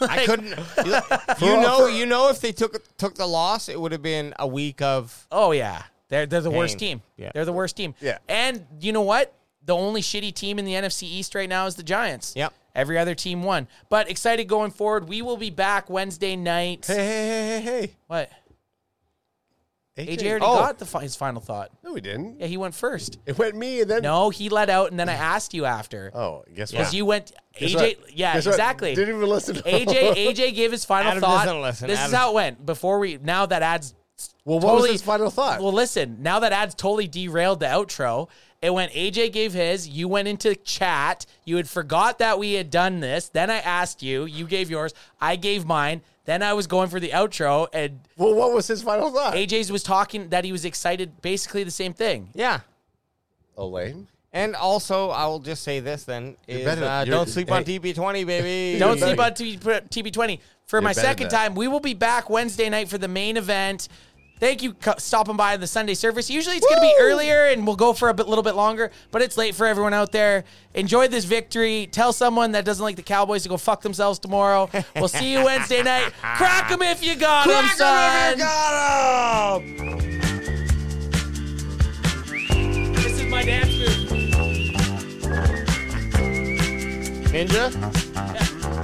S2: I couldn't. You know, you know, if they took took the loss, it would have been a week of
S1: Oh yeah, they're they're the worst
S2: Pain.
S1: team.
S2: Yeah.
S1: They're the worst team.
S3: Yeah.
S1: And you know what? The only shitty team in the NFC East right now is the Giants.
S2: Yep.
S1: Every other team won. But excited going forward. We will be back Wednesday night.
S3: Hey, hey, hey, hey,
S1: What?
S3: hey.
S1: AJ already
S3: Oh,
S1: got the fi- his final thought.
S3: No, we didn't.
S1: Yeah, he went first.
S3: It went me and then.
S1: No, he let out, and then I asked you after
S3: Oh, guess what?
S1: because you went
S3: Guess
S1: AJ.
S3: what?
S1: Yeah,
S3: Guess what?
S1: exactly.
S3: Didn't even listen.
S1: AJ AJ gave his final
S2: Adam
S1: thought.
S2: doesn't listen.
S1: This is
S2: Adam-
S1: how it went. Before we now that adds
S3: Well, what was his final thought?
S1: Well, listen, now that adds totally derailed the outro. It went AJ gave his, you went into chat, you had forgot that we had done this. Then I asked you, you gave yours, I gave mine. Then I was going for the outro and
S3: well, what was his final thought?
S1: AJ's was talking that he was excited, basically the same thing.
S2: yeah.
S3: Elaine.
S2: And also, I will just say this then: is,
S3: better-
S2: uh,
S3: you're-
S2: don't sleep on
S3: hey.
S2: TB20, baby.
S1: Don't
S3: You're
S1: sleep
S3: better.
S1: on T- TB20. For my
S3: better than
S1: second
S3: that.
S1: time, we will be back Wednesday night for the main event. Thank you co- stopping by the Sunday service. Usually it's going to be earlier and we'll go for a bit, little bit longer, but it's late for everyone out there. Enjoy this victory. Tell someone that doesn't like the Cowboys to go fuck themselves tomorrow. We'll see you Wednesday night. Crack 'em if you got 'em, son. This is my dance move.
S2: Ninja.